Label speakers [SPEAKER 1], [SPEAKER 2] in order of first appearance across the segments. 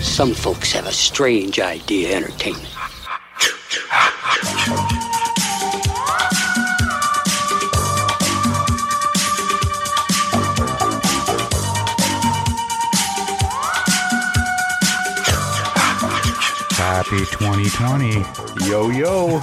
[SPEAKER 1] Some folks have a strange idea of entertainment.
[SPEAKER 2] Happy 2020.
[SPEAKER 3] Yo, yo.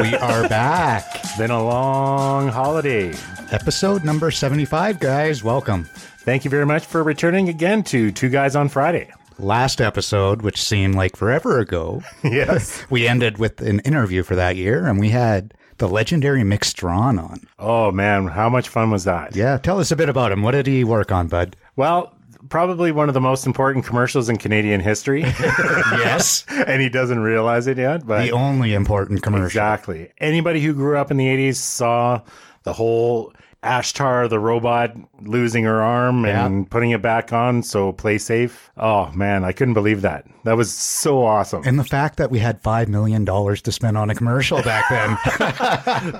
[SPEAKER 2] We are back.
[SPEAKER 3] Been a long holiday.
[SPEAKER 2] Episode number 75, guys. Welcome.
[SPEAKER 3] Thank you very much for returning again to Two Guys on Friday.
[SPEAKER 2] Last episode, which seemed like forever ago,
[SPEAKER 3] Yes.
[SPEAKER 2] we ended with an interview for that year and we had the legendary Mick Strawn on.
[SPEAKER 3] oh, man. How much fun was that?
[SPEAKER 2] Yeah, tell us a bit about him. What did he work on, bud?
[SPEAKER 3] Well, probably one of the most important commercials in Canadian history.
[SPEAKER 2] Yes.
[SPEAKER 3] and he doesn't realize it yet, but
[SPEAKER 2] the only important commercial.
[SPEAKER 3] exactly. Anybody who grew up in the 80s saw the whole Ashtar, the robot, losing her arm and putting it back on. So play safe. Oh, man. I couldn't believe that. That was so awesome.
[SPEAKER 2] And the fact that we had $5 million to spend on a commercial back then.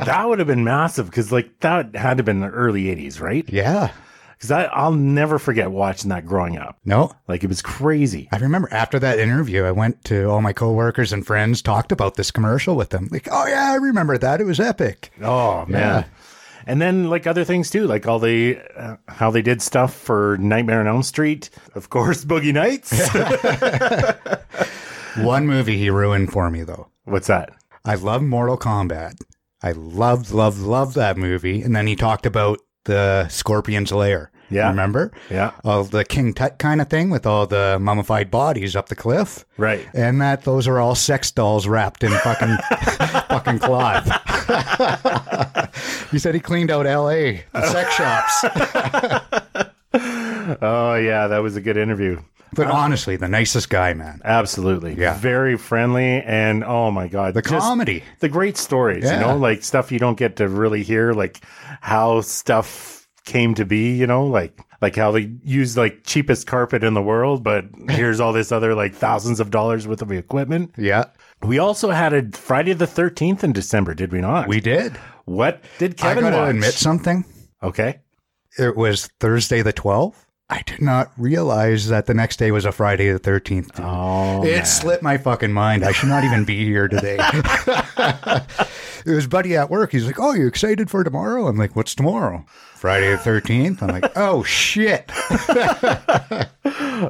[SPEAKER 3] that would have been massive because like that had to have been the early 80s right
[SPEAKER 2] yeah.
[SPEAKER 3] because i'll never forget watching that growing up
[SPEAKER 2] No,
[SPEAKER 3] like it was crazy
[SPEAKER 2] I remember after that interview, I went to all my coworkers and friends, talked about this commercial with them. Like, oh yeah, I remember that. It was epic.
[SPEAKER 3] oh man and then like other things too like all the uh, how they did stuff for nightmare on elm street of course boogie nights
[SPEAKER 2] One movie he ruined for me though.
[SPEAKER 3] what's that
[SPEAKER 2] I love Mortal Kombat. I loved, loved, loved that movie. And then he talked about the Scorpion's Lair.
[SPEAKER 3] Yeah.
[SPEAKER 2] Remember?
[SPEAKER 3] Yeah.
[SPEAKER 2] All the King Tut kind of thing with all the mummified bodies up the cliff.
[SPEAKER 3] right
[SPEAKER 2] And that those are all sex dolls wrapped in fucking fucking cloth. he said he cleaned out LA, the sex shops.
[SPEAKER 3] oh yeah that was a good interview
[SPEAKER 2] But honestly, the nicest guy, man.
[SPEAKER 3] absolutely
[SPEAKER 2] Yeah.
[SPEAKER 3] very friendly and oh my god
[SPEAKER 2] The
[SPEAKER 3] just-
[SPEAKER 2] comedy.
[SPEAKER 3] the great stories, you
[SPEAKER 2] Yeah.
[SPEAKER 3] know, like stuff you don't get to really hear, like how stuff came to be, you know, like like how they use like cheapest carpet in the world, but here's all this other like thousands of dollars worth of equipment.
[SPEAKER 2] Yeah.
[SPEAKER 3] We also had a Friday the thirteenth in December, did we not?
[SPEAKER 2] We did.
[SPEAKER 3] what did Kevin
[SPEAKER 2] I gotta
[SPEAKER 3] watch?
[SPEAKER 2] admit something.
[SPEAKER 3] Okay.
[SPEAKER 2] It was Thursday the 12th. I did not realize that the next day was a Friday the 13th. dude.
[SPEAKER 3] Oh
[SPEAKER 2] it slipped my fucking mind. I should not even be here today. it was Buddy at work. He's like, Oh, you excited for tomorrow? I'm like, What's tomorrow? Friday the 13th. I'm like, Oh, shit.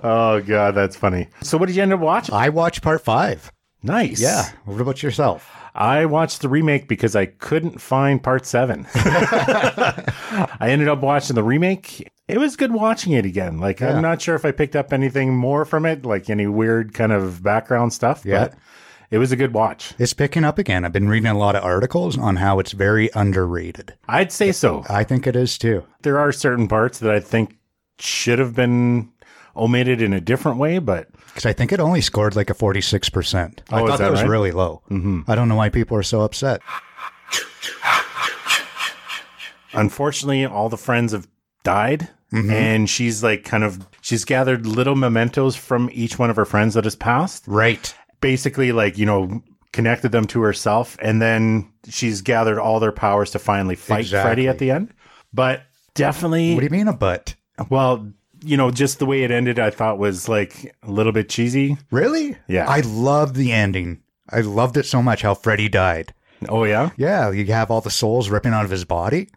[SPEAKER 3] oh god, that's funny. So what did you end up watching?
[SPEAKER 2] I watched part five.
[SPEAKER 3] Nice.
[SPEAKER 2] Uh, Yeah. What about yourself?
[SPEAKER 3] I watched the remake because I couldn't find part seven. I ended up watching the remake. It was good watching it again. Like, I'm not sure if I picked up anything more from it, like any weird kind of background stuff,
[SPEAKER 2] Yeah.
[SPEAKER 3] but it was a good watch.
[SPEAKER 2] It's picking up again. I've been reading a lot of articles on how it's very underrated.
[SPEAKER 3] I'd say so.
[SPEAKER 2] I think it is too.
[SPEAKER 3] There are certain parts that I think should have been omitted in a different way, but
[SPEAKER 2] Because I think it only scored like a 46%. I
[SPEAKER 3] Oh, is
[SPEAKER 2] thought that,
[SPEAKER 3] that
[SPEAKER 2] was
[SPEAKER 3] right? Mm-hmm.
[SPEAKER 2] really low. I don't know why people are so upset.
[SPEAKER 3] unfortunately all the friends have died and she's like kind of she's gathered little mementos from each one of her friends that has passed
[SPEAKER 2] Right.
[SPEAKER 3] basically like you know connected them to herself and then she's gathered all their powers to finally fight
[SPEAKER 2] Exactly.
[SPEAKER 3] freddy at the end but definitely
[SPEAKER 2] What do you mean a butt?
[SPEAKER 3] well you know just the way it ended i thought was like a little bit cheesy
[SPEAKER 2] Really?
[SPEAKER 3] Yeah.
[SPEAKER 2] I love the ending. I loved it so much how Freddy died.
[SPEAKER 3] oh yeah
[SPEAKER 2] Yeah, you have all the souls ripping out of his body.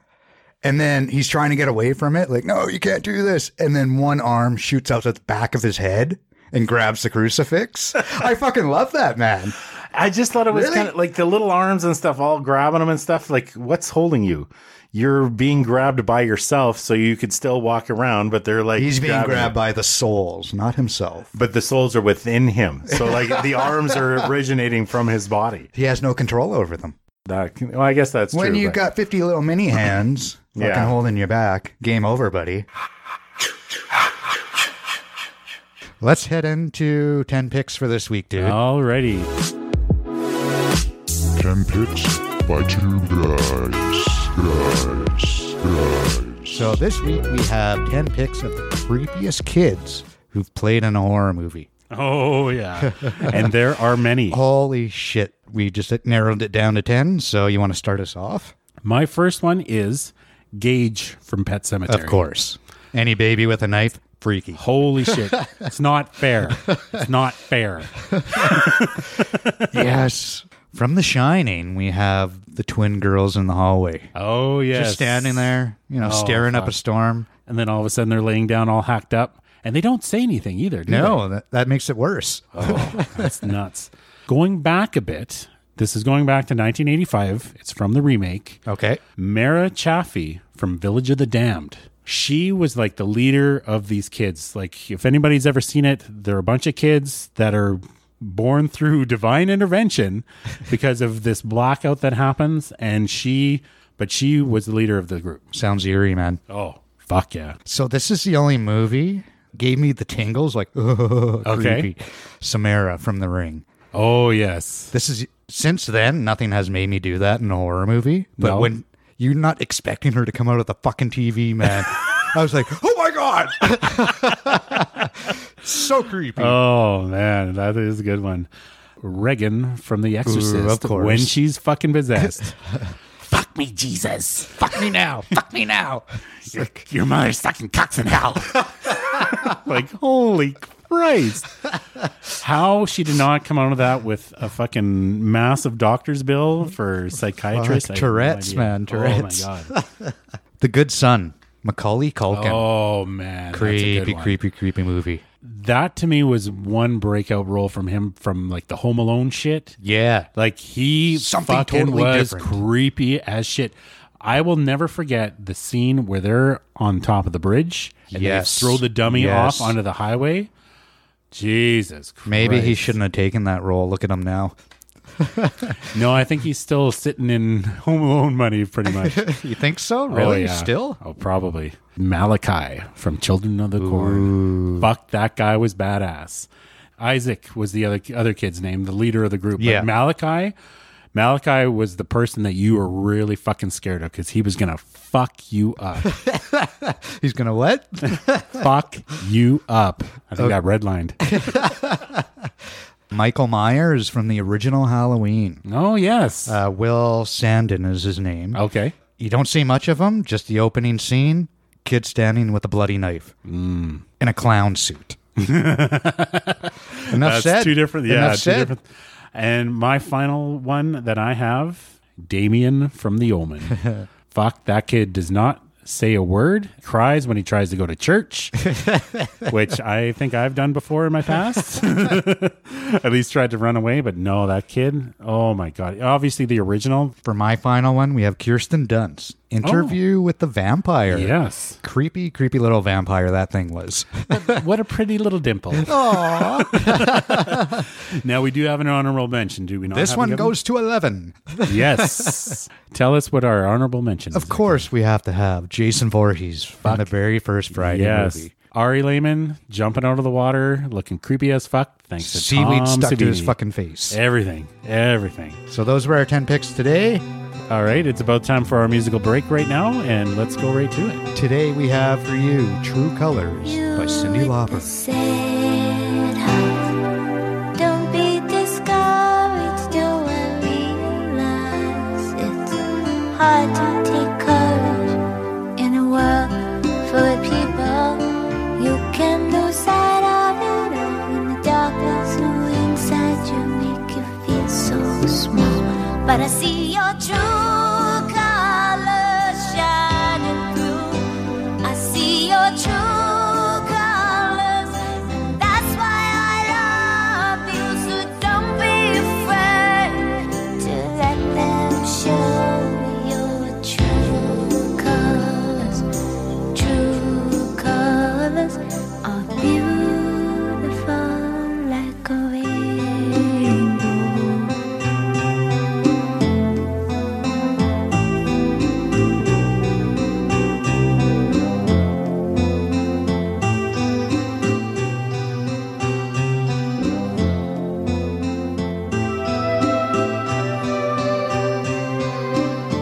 [SPEAKER 2] And then he's trying to get away from it, like, no, you can't do this. And then one arm shoots out the back of his head and grabs the crucifix. I fucking love that, man.
[SPEAKER 3] i just thought it was
[SPEAKER 2] Really?
[SPEAKER 3] kind of like the little arms and stuff all grabbing him and stuff like what's holding you you're being grabbed by yourself so you could still walk around but they're like
[SPEAKER 2] He's being
[SPEAKER 3] grabbing you.
[SPEAKER 2] grabbed by the souls, not himself.
[SPEAKER 3] but the souls are within him so like the arms are originating from his body
[SPEAKER 2] He has no control over them.
[SPEAKER 3] that, well, i guess that's
[SPEAKER 2] when
[SPEAKER 3] true,
[SPEAKER 2] you
[SPEAKER 3] but-
[SPEAKER 2] got 50 little mini hands fucking
[SPEAKER 3] Yeah.
[SPEAKER 2] holding you back game over buddy let's head into 10 picks for this week
[SPEAKER 3] Oh.
[SPEAKER 2] dude
[SPEAKER 3] Alrighty.
[SPEAKER 4] 10 picks by two guys. Guys. Guys.
[SPEAKER 2] so this week we have 10 picks of the creepiest kids who've played in a horror movie
[SPEAKER 5] Oh yeah, and there are many.
[SPEAKER 2] holy shit we just narrowed it down to 10 so you want to start us off
[SPEAKER 5] My first one is Gage from Pet Cemetery.
[SPEAKER 2] of course any baby with a knife freaky.
[SPEAKER 3] Holy shit. It's not fair. It's not fair.
[SPEAKER 2] yes. From The Shining, we have the twin girls in the hallway.
[SPEAKER 3] Oh, yes.
[SPEAKER 2] Just standing there, you know,
[SPEAKER 3] Oh,
[SPEAKER 2] staring up a storm.
[SPEAKER 3] And then all of a sudden they're laying down all hacked up and they don't say anything either. Do
[SPEAKER 2] No, that, that makes it worse.
[SPEAKER 3] they? Oh, That's nuts. Going back a bit, this is going back to 1985. It's from the remake.
[SPEAKER 2] Okay.
[SPEAKER 3] Mara Chaffee from Village of the Damned. She was like the leader of these kids. Like, if anybody's ever seen it, there are a bunch of kids that are born through divine intervention because of this blackout that happens. And she, but she was the leader of the group.
[SPEAKER 2] Sounds eerie, man.
[SPEAKER 3] Oh, fuck yeah.
[SPEAKER 2] So this is the only movie gave me the tingles, like oh,
[SPEAKER 3] Okay.
[SPEAKER 2] creepy. Samara from The Ring.
[SPEAKER 3] Oh, yes.
[SPEAKER 2] This is since then nothing has made me do that in a horror movie. But
[SPEAKER 3] No.
[SPEAKER 2] when you're not expecting her to come out of the fucking TV, man, I was like, oh my god, so creepy.
[SPEAKER 3] Oh, man. That is a good one. Regan from The Exorcist.
[SPEAKER 2] of course.
[SPEAKER 3] When she's fucking possessed. Fuck me, Jesus. Fuck me now. Fuck me now. Your, your mother's fucking cocks in hell. like, holy Christ. How she did not come out of that with a fucking massive doctor's bill for psychiatrists.
[SPEAKER 2] Fuck,
[SPEAKER 3] I have no
[SPEAKER 2] Tourette's,
[SPEAKER 3] idea.
[SPEAKER 2] man, Tourette's.
[SPEAKER 3] Oh, my God.
[SPEAKER 2] the Good Son, Macaulay Culkin,
[SPEAKER 3] Oh, man. that's a good
[SPEAKER 2] creepy,
[SPEAKER 3] one.
[SPEAKER 2] creepy, creepy movie.
[SPEAKER 3] That to me was one breakout role from him from like the Home Alone shit.
[SPEAKER 2] Yeah,
[SPEAKER 3] Like he
[SPEAKER 2] Something
[SPEAKER 3] fucking
[SPEAKER 2] totally
[SPEAKER 3] was
[SPEAKER 2] different.
[SPEAKER 3] creepy as shit. I will never forget the scene where they're on top of the bridge and
[SPEAKER 2] Yes.
[SPEAKER 3] they throw the dummy
[SPEAKER 2] Yes.
[SPEAKER 3] off onto the highway. Jesus Christ.
[SPEAKER 2] maybe he shouldn't have taken that role. Look at him now.
[SPEAKER 3] No, I think he's still sitting in home alone money pretty much.
[SPEAKER 2] You think so?
[SPEAKER 3] Oh,
[SPEAKER 2] Really?
[SPEAKER 3] yeah.
[SPEAKER 2] Still?
[SPEAKER 3] Oh, probably. Malachi from Children of the Corn. Fuck, that guy was badass. Isaac was the other other kid's name, the leader of the group.
[SPEAKER 2] Yeah.
[SPEAKER 3] But Malachi, Malachi was the person that you were really fucking scared of because he was gonna fuck you up,
[SPEAKER 2] He's gonna what?
[SPEAKER 3] fuck you up. I think I redlined.
[SPEAKER 2] Michael Myers from the original Halloween.
[SPEAKER 3] Oh yes.
[SPEAKER 2] Uh, Will Sandon is his name.
[SPEAKER 3] okay.
[SPEAKER 2] You don't see much of him, just the opening scene. Kid standing with a bloody knife in a clown suit. Enough
[SPEAKER 3] That's
[SPEAKER 2] said.
[SPEAKER 3] two different. Yeah,
[SPEAKER 2] Enough
[SPEAKER 3] two
[SPEAKER 2] said.
[SPEAKER 3] different. And my final one that I have, Damien from The Omen. Fuck, that kid does not say a word. Cries when he tries to go to church, which I think I've done before in my past. At least tried to run away, but no, that kid. Oh my god! Obviously the original.
[SPEAKER 2] For my final one, we have Kirsten Dunst. Interview with the vampire.
[SPEAKER 3] Yes.
[SPEAKER 2] Creepy, creepy little vampire that thing was.
[SPEAKER 3] What a pretty little dimple. now we do have an honorable mention, do we not?
[SPEAKER 2] this
[SPEAKER 3] have a
[SPEAKER 2] one
[SPEAKER 3] good
[SPEAKER 2] goes to 11.
[SPEAKER 3] Yes. Tell us what our honorable mention is.
[SPEAKER 2] Of course, we have to have Jason Voorhees from the very first Friday
[SPEAKER 3] Yes.
[SPEAKER 2] movie.
[SPEAKER 3] Ari Lehman jumping out of the water, looking creepy as fuck. Thanks to
[SPEAKER 2] Seaweed
[SPEAKER 3] Tom
[SPEAKER 2] stuck to his
[SPEAKER 3] Savini. Eh.
[SPEAKER 2] fucking face.
[SPEAKER 3] Everything. Everything.
[SPEAKER 2] So those were our 10 picks today.
[SPEAKER 3] All right. It's about time for our musical break right now, and let's go right to it.
[SPEAKER 2] Today we have for you True Colors by Cindy Lauper.
[SPEAKER 6] Sad house. Don't be discouraged. Don't realize it's hard to take courage in a world full of people. You can lose sight of it all in the darkness. Who inside you make you feel so small? But I see your true colors shining through. I see your true colors, and that's why I love you. So don't be afraid to let them show your true colors. True colors are beautiful like a rainbow.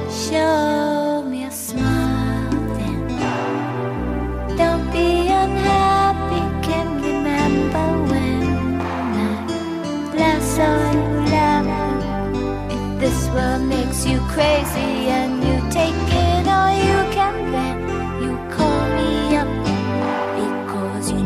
[SPEAKER 6] Show me a smile then. Don't be unhappy. Can remember when I last saw you laughing. If this world makes you crazy and you take it all you can, then you call me up because you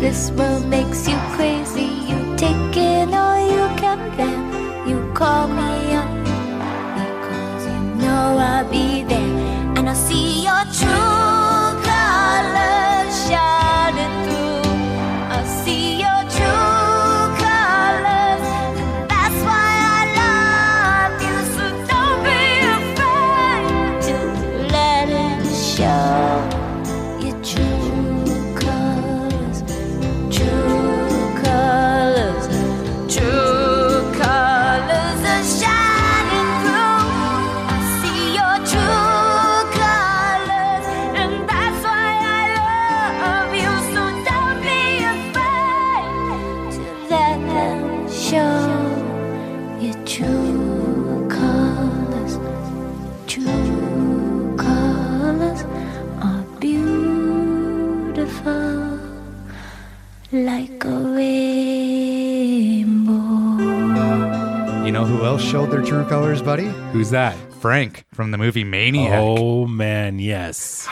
[SPEAKER 6] This world makes you crazy. You take in all you can bear. You call me up because you know I'll be there, and I'll see your true colors shining through. I'll see your true colors, and that's why I love you. So don't be afraid to let it show your true colors, true colors, true colors are shining through. I see your true colors, and that's why I love you. So don't be afraid to let them show your true colors. True colors are beautiful like a rainbow.
[SPEAKER 2] You know who else showed their true colors, buddy?
[SPEAKER 3] Who's that?
[SPEAKER 2] Frank from the movie Maniac.
[SPEAKER 3] Oh man, yes.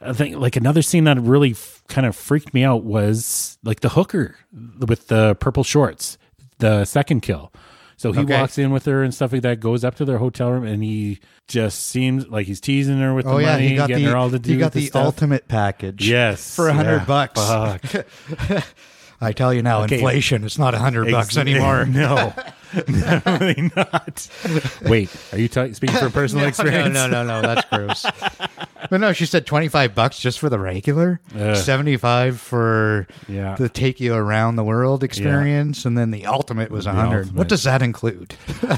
[SPEAKER 3] I think like another scene that really f- kind of freaked me out was like the hooker with the purple shorts, the second kill. So he
[SPEAKER 2] Okay.
[SPEAKER 3] walks in with her and stuff like that, goes up to their hotel room, and he just seems like he's teasing her with
[SPEAKER 2] Oh
[SPEAKER 3] the
[SPEAKER 2] yeah,
[SPEAKER 3] money,
[SPEAKER 2] he got
[SPEAKER 3] getting
[SPEAKER 2] the
[SPEAKER 3] her all to do
[SPEAKER 2] he got
[SPEAKER 3] the,
[SPEAKER 2] the
[SPEAKER 3] stuff.
[SPEAKER 2] ultimate package.
[SPEAKER 3] Yes,
[SPEAKER 2] for a hundred
[SPEAKER 3] yeah. Uh-huh.
[SPEAKER 2] bucks. I tell you now,
[SPEAKER 3] Okay.
[SPEAKER 2] inflation. It's not a hundred bucks
[SPEAKER 3] Ex-
[SPEAKER 2] anymore.
[SPEAKER 3] No, definitely not. Wait, are you ta- speaking from personal experience?
[SPEAKER 2] No, no, no, no. That's gross. but no, she said twenty-five bucks just for the regular,
[SPEAKER 3] Ugh.
[SPEAKER 2] seventy-five for
[SPEAKER 3] Yeah.
[SPEAKER 2] the take you around the world experience, and then the ultimate was a hundred.
[SPEAKER 3] ultimate.
[SPEAKER 2] What does that include?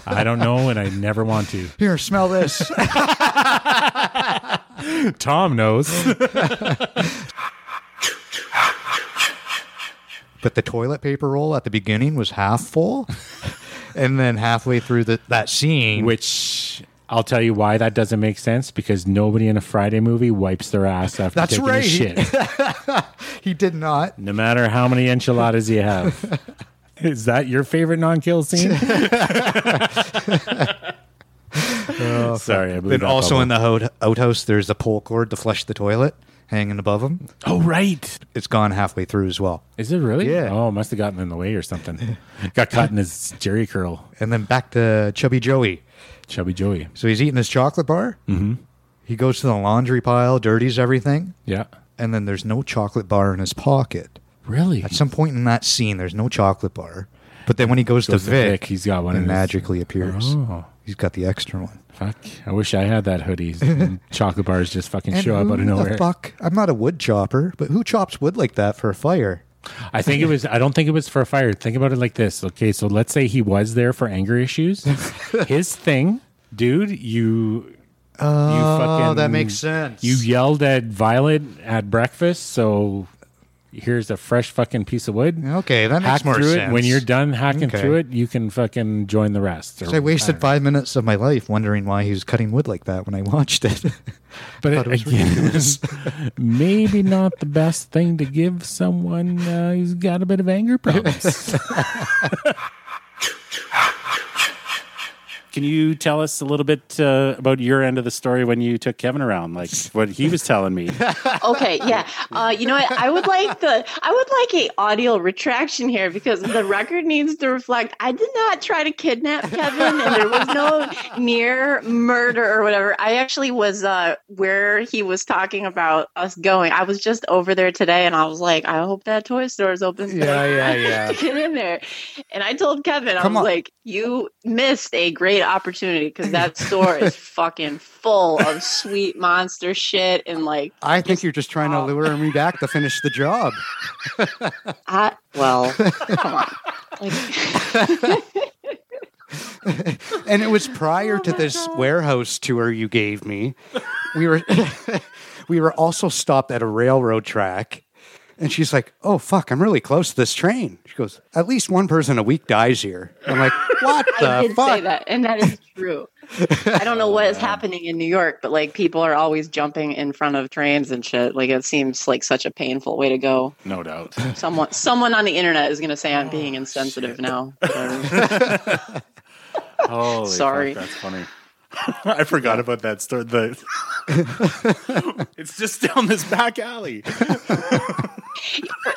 [SPEAKER 3] I don't know, and I never want to.
[SPEAKER 2] Here, smell this.
[SPEAKER 3] Tom knows.
[SPEAKER 2] but the toilet paper roll at the beginning was half full, and then halfway through the, that scene,
[SPEAKER 3] Which I'll tell you why that doesn't make sense because nobody in a Friday movie wipes their ass after
[SPEAKER 2] That's
[SPEAKER 3] taking
[SPEAKER 2] right.
[SPEAKER 3] a shit,
[SPEAKER 2] he did not.
[SPEAKER 3] no matter how many enchiladas you have. Is that your favorite non-kill scene? Oh, Sorry, I blew
[SPEAKER 2] Then
[SPEAKER 3] that
[SPEAKER 2] also
[SPEAKER 3] bubble.
[SPEAKER 2] in the ho- outhouse, there's the pole cord to flush the toilet hanging above him.
[SPEAKER 3] oh right,
[SPEAKER 2] It's gone halfway through as well.
[SPEAKER 3] is it really?
[SPEAKER 2] Yeah.
[SPEAKER 3] Oh, must have gotten in the way or something. Got caught in his jerry curl,
[SPEAKER 2] And then back to Chubby Joey.
[SPEAKER 3] chubby Joey.
[SPEAKER 2] So he's eating his chocolate bar. Mm-hmm. He goes to the laundry pile, dirties everything,
[SPEAKER 3] Yeah,
[SPEAKER 2] and then there's no chocolate bar in his pocket.
[SPEAKER 3] really.
[SPEAKER 2] At some point in that scene, there's no chocolate bar. But then when he goes,
[SPEAKER 3] Goes
[SPEAKER 2] to
[SPEAKER 3] to
[SPEAKER 2] Vic,
[SPEAKER 3] Vic, he's got one
[SPEAKER 2] It
[SPEAKER 3] in his-
[SPEAKER 2] magically appears.
[SPEAKER 3] Oh.
[SPEAKER 2] He's got the extra one.
[SPEAKER 3] Fuck! I wish I had that hoodie. And Chocolate bars just fucking
[SPEAKER 2] And
[SPEAKER 3] show up
[SPEAKER 2] who
[SPEAKER 3] out of nowhere.
[SPEAKER 2] the fuck? I'm not a wood chopper, but who chops wood like that for a fire?
[SPEAKER 3] I think it was. I don't think it was for a fire. Think about it like this. Okay, so let's say he was there for anger issues. His thing, dude. You. you
[SPEAKER 2] Oh, that makes sense.
[SPEAKER 3] You yelled at Violet at breakfast, so here's a fresh fucking piece of wood.
[SPEAKER 2] Okay, that makes
[SPEAKER 3] Hack
[SPEAKER 2] more
[SPEAKER 3] through
[SPEAKER 2] sense.
[SPEAKER 3] it. When you're done hacking
[SPEAKER 2] Okay.
[SPEAKER 3] through it, you can fucking join the rest. or-
[SPEAKER 2] I wasted five minutes of my life wondering why he was cutting wood like that when I watched it.
[SPEAKER 3] But
[SPEAKER 2] thought it was
[SPEAKER 3] again, maybe not the best thing to give someone uh, who's got a bit of anger problems. Can you tell us a little bit uh, about your end of the story when you took Kevin around, like what he was telling me?
[SPEAKER 7] Okay, yeah. Uh, you know what? I would like the I would like a audio retraction here because the record needs to reflect I did not try to kidnap Kevin and there was no near murder or whatever. I actually was uh, where he was talking about us going. I was just over there today and I was like, I hope that toy store is open. so I
[SPEAKER 2] yeah, yeah.
[SPEAKER 7] to get in there. And I told Kevin, I
[SPEAKER 2] Come
[SPEAKER 7] was
[SPEAKER 2] on.
[SPEAKER 7] like, you missed a great opportunity because that store is fucking full of sweet monster shit and like
[SPEAKER 2] I think you're just trying to lure me back to finish the job.
[SPEAKER 7] I well, come on. Like,
[SPEAKER 2] And it was prior
[SPEAKER 7] Oh
[SPEAKER 2] to this warehouse tour you gave me. We were we were also stopped at a railroad track. And she's like, "Oh fuck, I'm really close to this train." She goes, "At least one person a week dies here." I'm like, "What the
[SPEAKER 7] I did say
[SPEAKER 2] fuck?"
[SPEAKER 7] that, and that is true. I don't know what is happening in New York, but like people are always jumping in front of trains and shit. Like it seems like such a painful way to go.
[SPEAKER 3] No doubt.
[SPEAKER 7] Someone, someone on the internet is going to say I'm being insensitive now. Whatever.
[SPEAKER 3] Holy
[SPEAKER 7] Sorry.
[SPEAKER 3] that's funny.
[SPEAKER 8] I forgot about that story. The it's just down this back alley.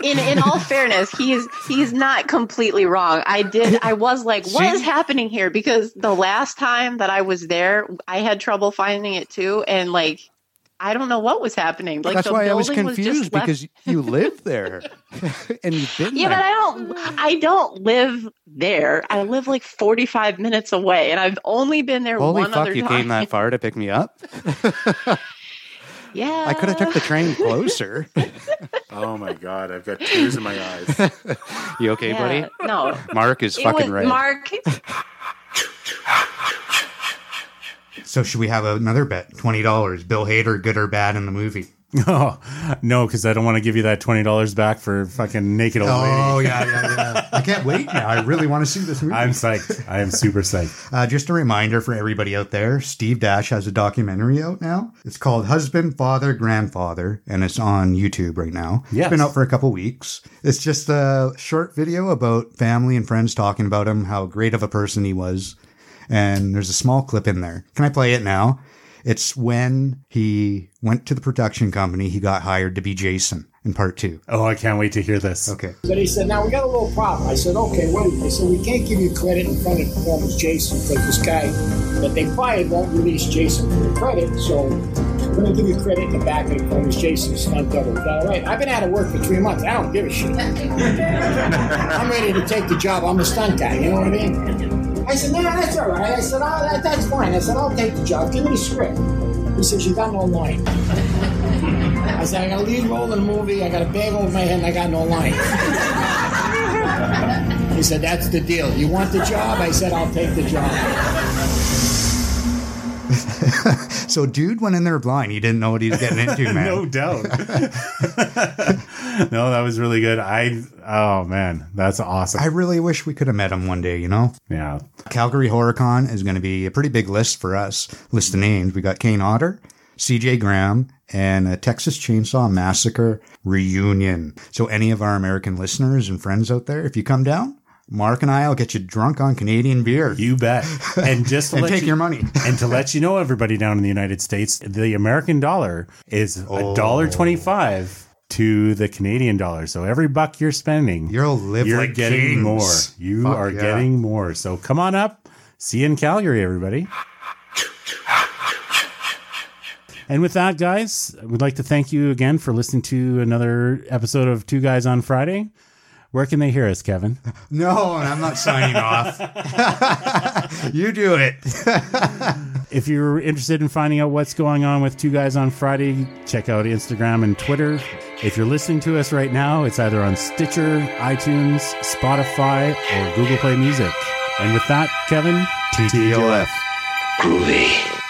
[SPEAKER 7] in in all fairness, he's he's not completely wrong. I did I was like, what is happening here? Because the last time that I was there, I had trouble finding it too, and like I don't know what was happening. Like
[SPEAKER 9] That's
[SPEAKER 7] the
[SPEAKER 9] why I was
[SPEAKER 7] building just
[SPEAKER 9] confused
[SPEAKER 7] left-
[SPEAKER 9] because you live there and you've been
[SPEAKER 7] yeah,
[SPEAKER 9] there.
[SPEAKER 7] but I don't I don't live there. I live like forty five minutes away, and I've only been there
[SPEAKER 9] Holy
[SPEAKER 7] one
[SPEAKER 9] fuck,
[SPEAKER 7] other
[SPEAKER 9] you
[SPEAKER 7] time.
[SPEAKER 9] came that far to pick me up.
[SPEAKER 7] yeah,
[SPEAKER 9] I could have took the train closer.
[SPEAKER 8] Oh my god, I've got tears in my eyes.
[SPEAKER 9] you okay,
[SPEAKER 7] yeah,
[SPEAKER 9] buddy?
[SPEAKER 7] No,
[SPEAKER 9] Mark is
[SPEAKER 7] It
[SPEAKER 9] fucking
[SPEAKER 7] was-
[SPEAKER 9] right.
[SPEAKER 7] Mark.
[SPEAKER 2] So should we have another bet? Twenty dollars. Bill Hader, good or bad in the movie?
[SPEAKER 10] Oh, no, because I don't want to give you that $20 back for fucking naked old lady.
[SPEAKER 2] Oh yeah, yeah, yeah. I can't wait now. I really want to see this movie.
[SPEAKER 10] I'm psyched. I am super psyched.
[SPEAKER 2] Uh, just a reminder for everybody out there Steve Dash has a documentary out now. It's called Husband, Father, Grandfather, and it's on YouTube right now.
[SPEAKER 10] Yes.
[SPEAKER 2] It's been out for a couple weeks. It's just a short video about family and friends talking about him, how great of a person he was. And there's a small clip in there. Can I play it now? It's when he went to the production company, he got hired to be Jason in part two.
[SPEAKER 10] Oh, I can't wait to hear this.
[SPEAKER 2] Okay.
[SPEAKER 11] So they said, now we got a little problem. I said, okay, wait. They said, we can't give you credit in front of performance Jason because this guy that they fired won't release Jason for the credit. So we're going to give you credit in the back of the performance Jason. It's not double. Is that all right? I've been out of work for three months. I don't give a shit. I'm ready to take the job. I'm a stunt guy. You know what I mean? I said, no, no, that's all right. I said, oh, that, that's fine. I said, I'll take the job. Give me the script. He says, you got no line. I said, I got a lead role in a movie. I got a bag over my head and I got no line. He said, That's the deal. You want the job? I said, I'll take the job.
[SPEAKER 2] So, dude went in there blind. He didn't know what he was getting into, man.
[SPEAKER 10] No doubt. no, that was really good. I oh man, that's awesome.
[SPEAKER 2] I really wish we could have met him one day, you know?
[SPEAKER 10] yeah.
[SPEAKER 2] Calgary HorrorCon is going to be a pretty big list for us. List of names: we got Kane Otter, C.J. Graham, and a Texas Chainsaw Massacre reunion. So, any of our American listeners and friends out there, if you come down, Mark and I will get you drunk on Canadian beer
[SPEAKER 10] You bet. And just to
[SPEAKER 2] and
[SPEAKER 10] let
[SPEAKER 2] take
[SPEAKER 10] you-
[SPEAKER 2] your money.
[SPEAKER 10] and to let you know, everybody down in the United States, the American dollar is a dollar twenty-five
[SPEAKER 2] Oh.
[SPEAKER 10] to the Canadian dollar. So every buck you're spending,
[SPEAKER 2] You'll live
[SPEAKER 10] you're
[SPEAKER 2] like
[SPEAKER 10] getting
[SPEAKER 2] kings.
[SPEAKER 10] more. You
[SPEAKER 2] Fuck
[SPEAKER 10] are
[SPEAKER 2] yeah.
[SPEAKER 10] getting more. So come on up. See you in Calgary, everybody. And with that, guys, we'd like to thank you again for listening to another episode of Two Guys on Friday. Where can they hear us, Kevin?
[SPEAKER 2] No, and I'm not signing off. you do it.
[SPEAKER 10] If you're interested in finding out what's going on with Two Guys on Friday, check out Instagram and Twitter. If you're listening to us right now, it's either on Stitcher, iTunes, Spotify, or Google Play Music. And with that, Kevin, TTOF.
[SPEAKER 1] Groovy.